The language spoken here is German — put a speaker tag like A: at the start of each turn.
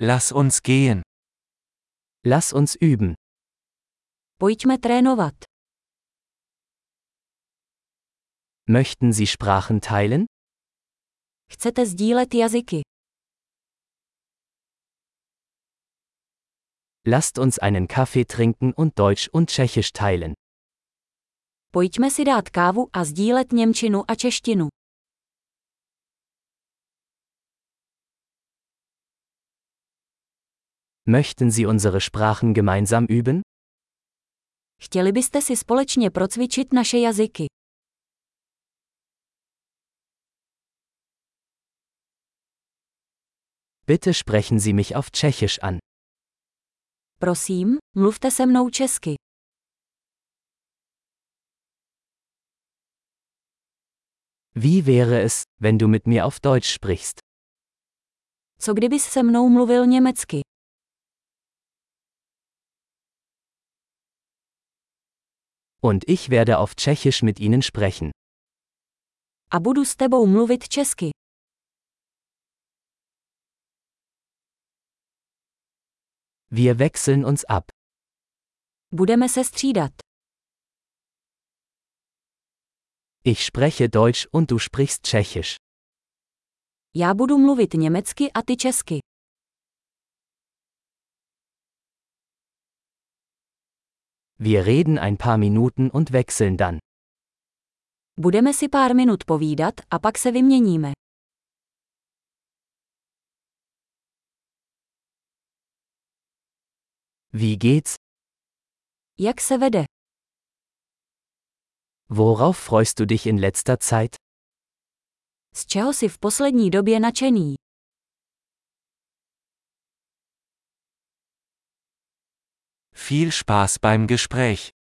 A: Lass uns gehen.
B: Lass uns üben.
C: Pojďme trénovat.
B: Möchten Sie Sprachen teilen?
C: Chcete sdílet jazyky?
B: Lasst uns einen Kaffee trinken und Deutsch und Tschechisch teilen.
C: Pojďme si dát kávu a sdílet Němčinu a češtinu.
B: Möchten Sie unsere Sprachen gemeinsam üben?
C: Chtěli byste si společně procvičit naše jazyky?
B: Bitte sprechen Sie mich auf Tschechisch an.
C: Prosím, mluvte se mnou česky.
B: Wie wäre es, wenn du mit mir auf Deutsch sprichst?
C: Co kdybys se mnou mluvil německy?
B: Und ich werde auf Tschechisch mit Ihnen sprechen.
C: A budu s tebou mluvit česky.
B: Wir wechseln uns ab.
C: Budeme se střídat.
B: Ich spreche Deutsch und du sprichst Tschechisch.
C: Já budu mluvit německy a ty česky.
B: Wir reden ein paar Minuten und wechseln dann.
C: Budeme si pár minut povídat a pak se vyměníme.
B: Wie geht's?
C: Jak se vede?
B: Worauf freust du dich in letzter Zeit?
C: Z čeho si v poslední době nadšený?
A: Viel Spaß beim Gespräch.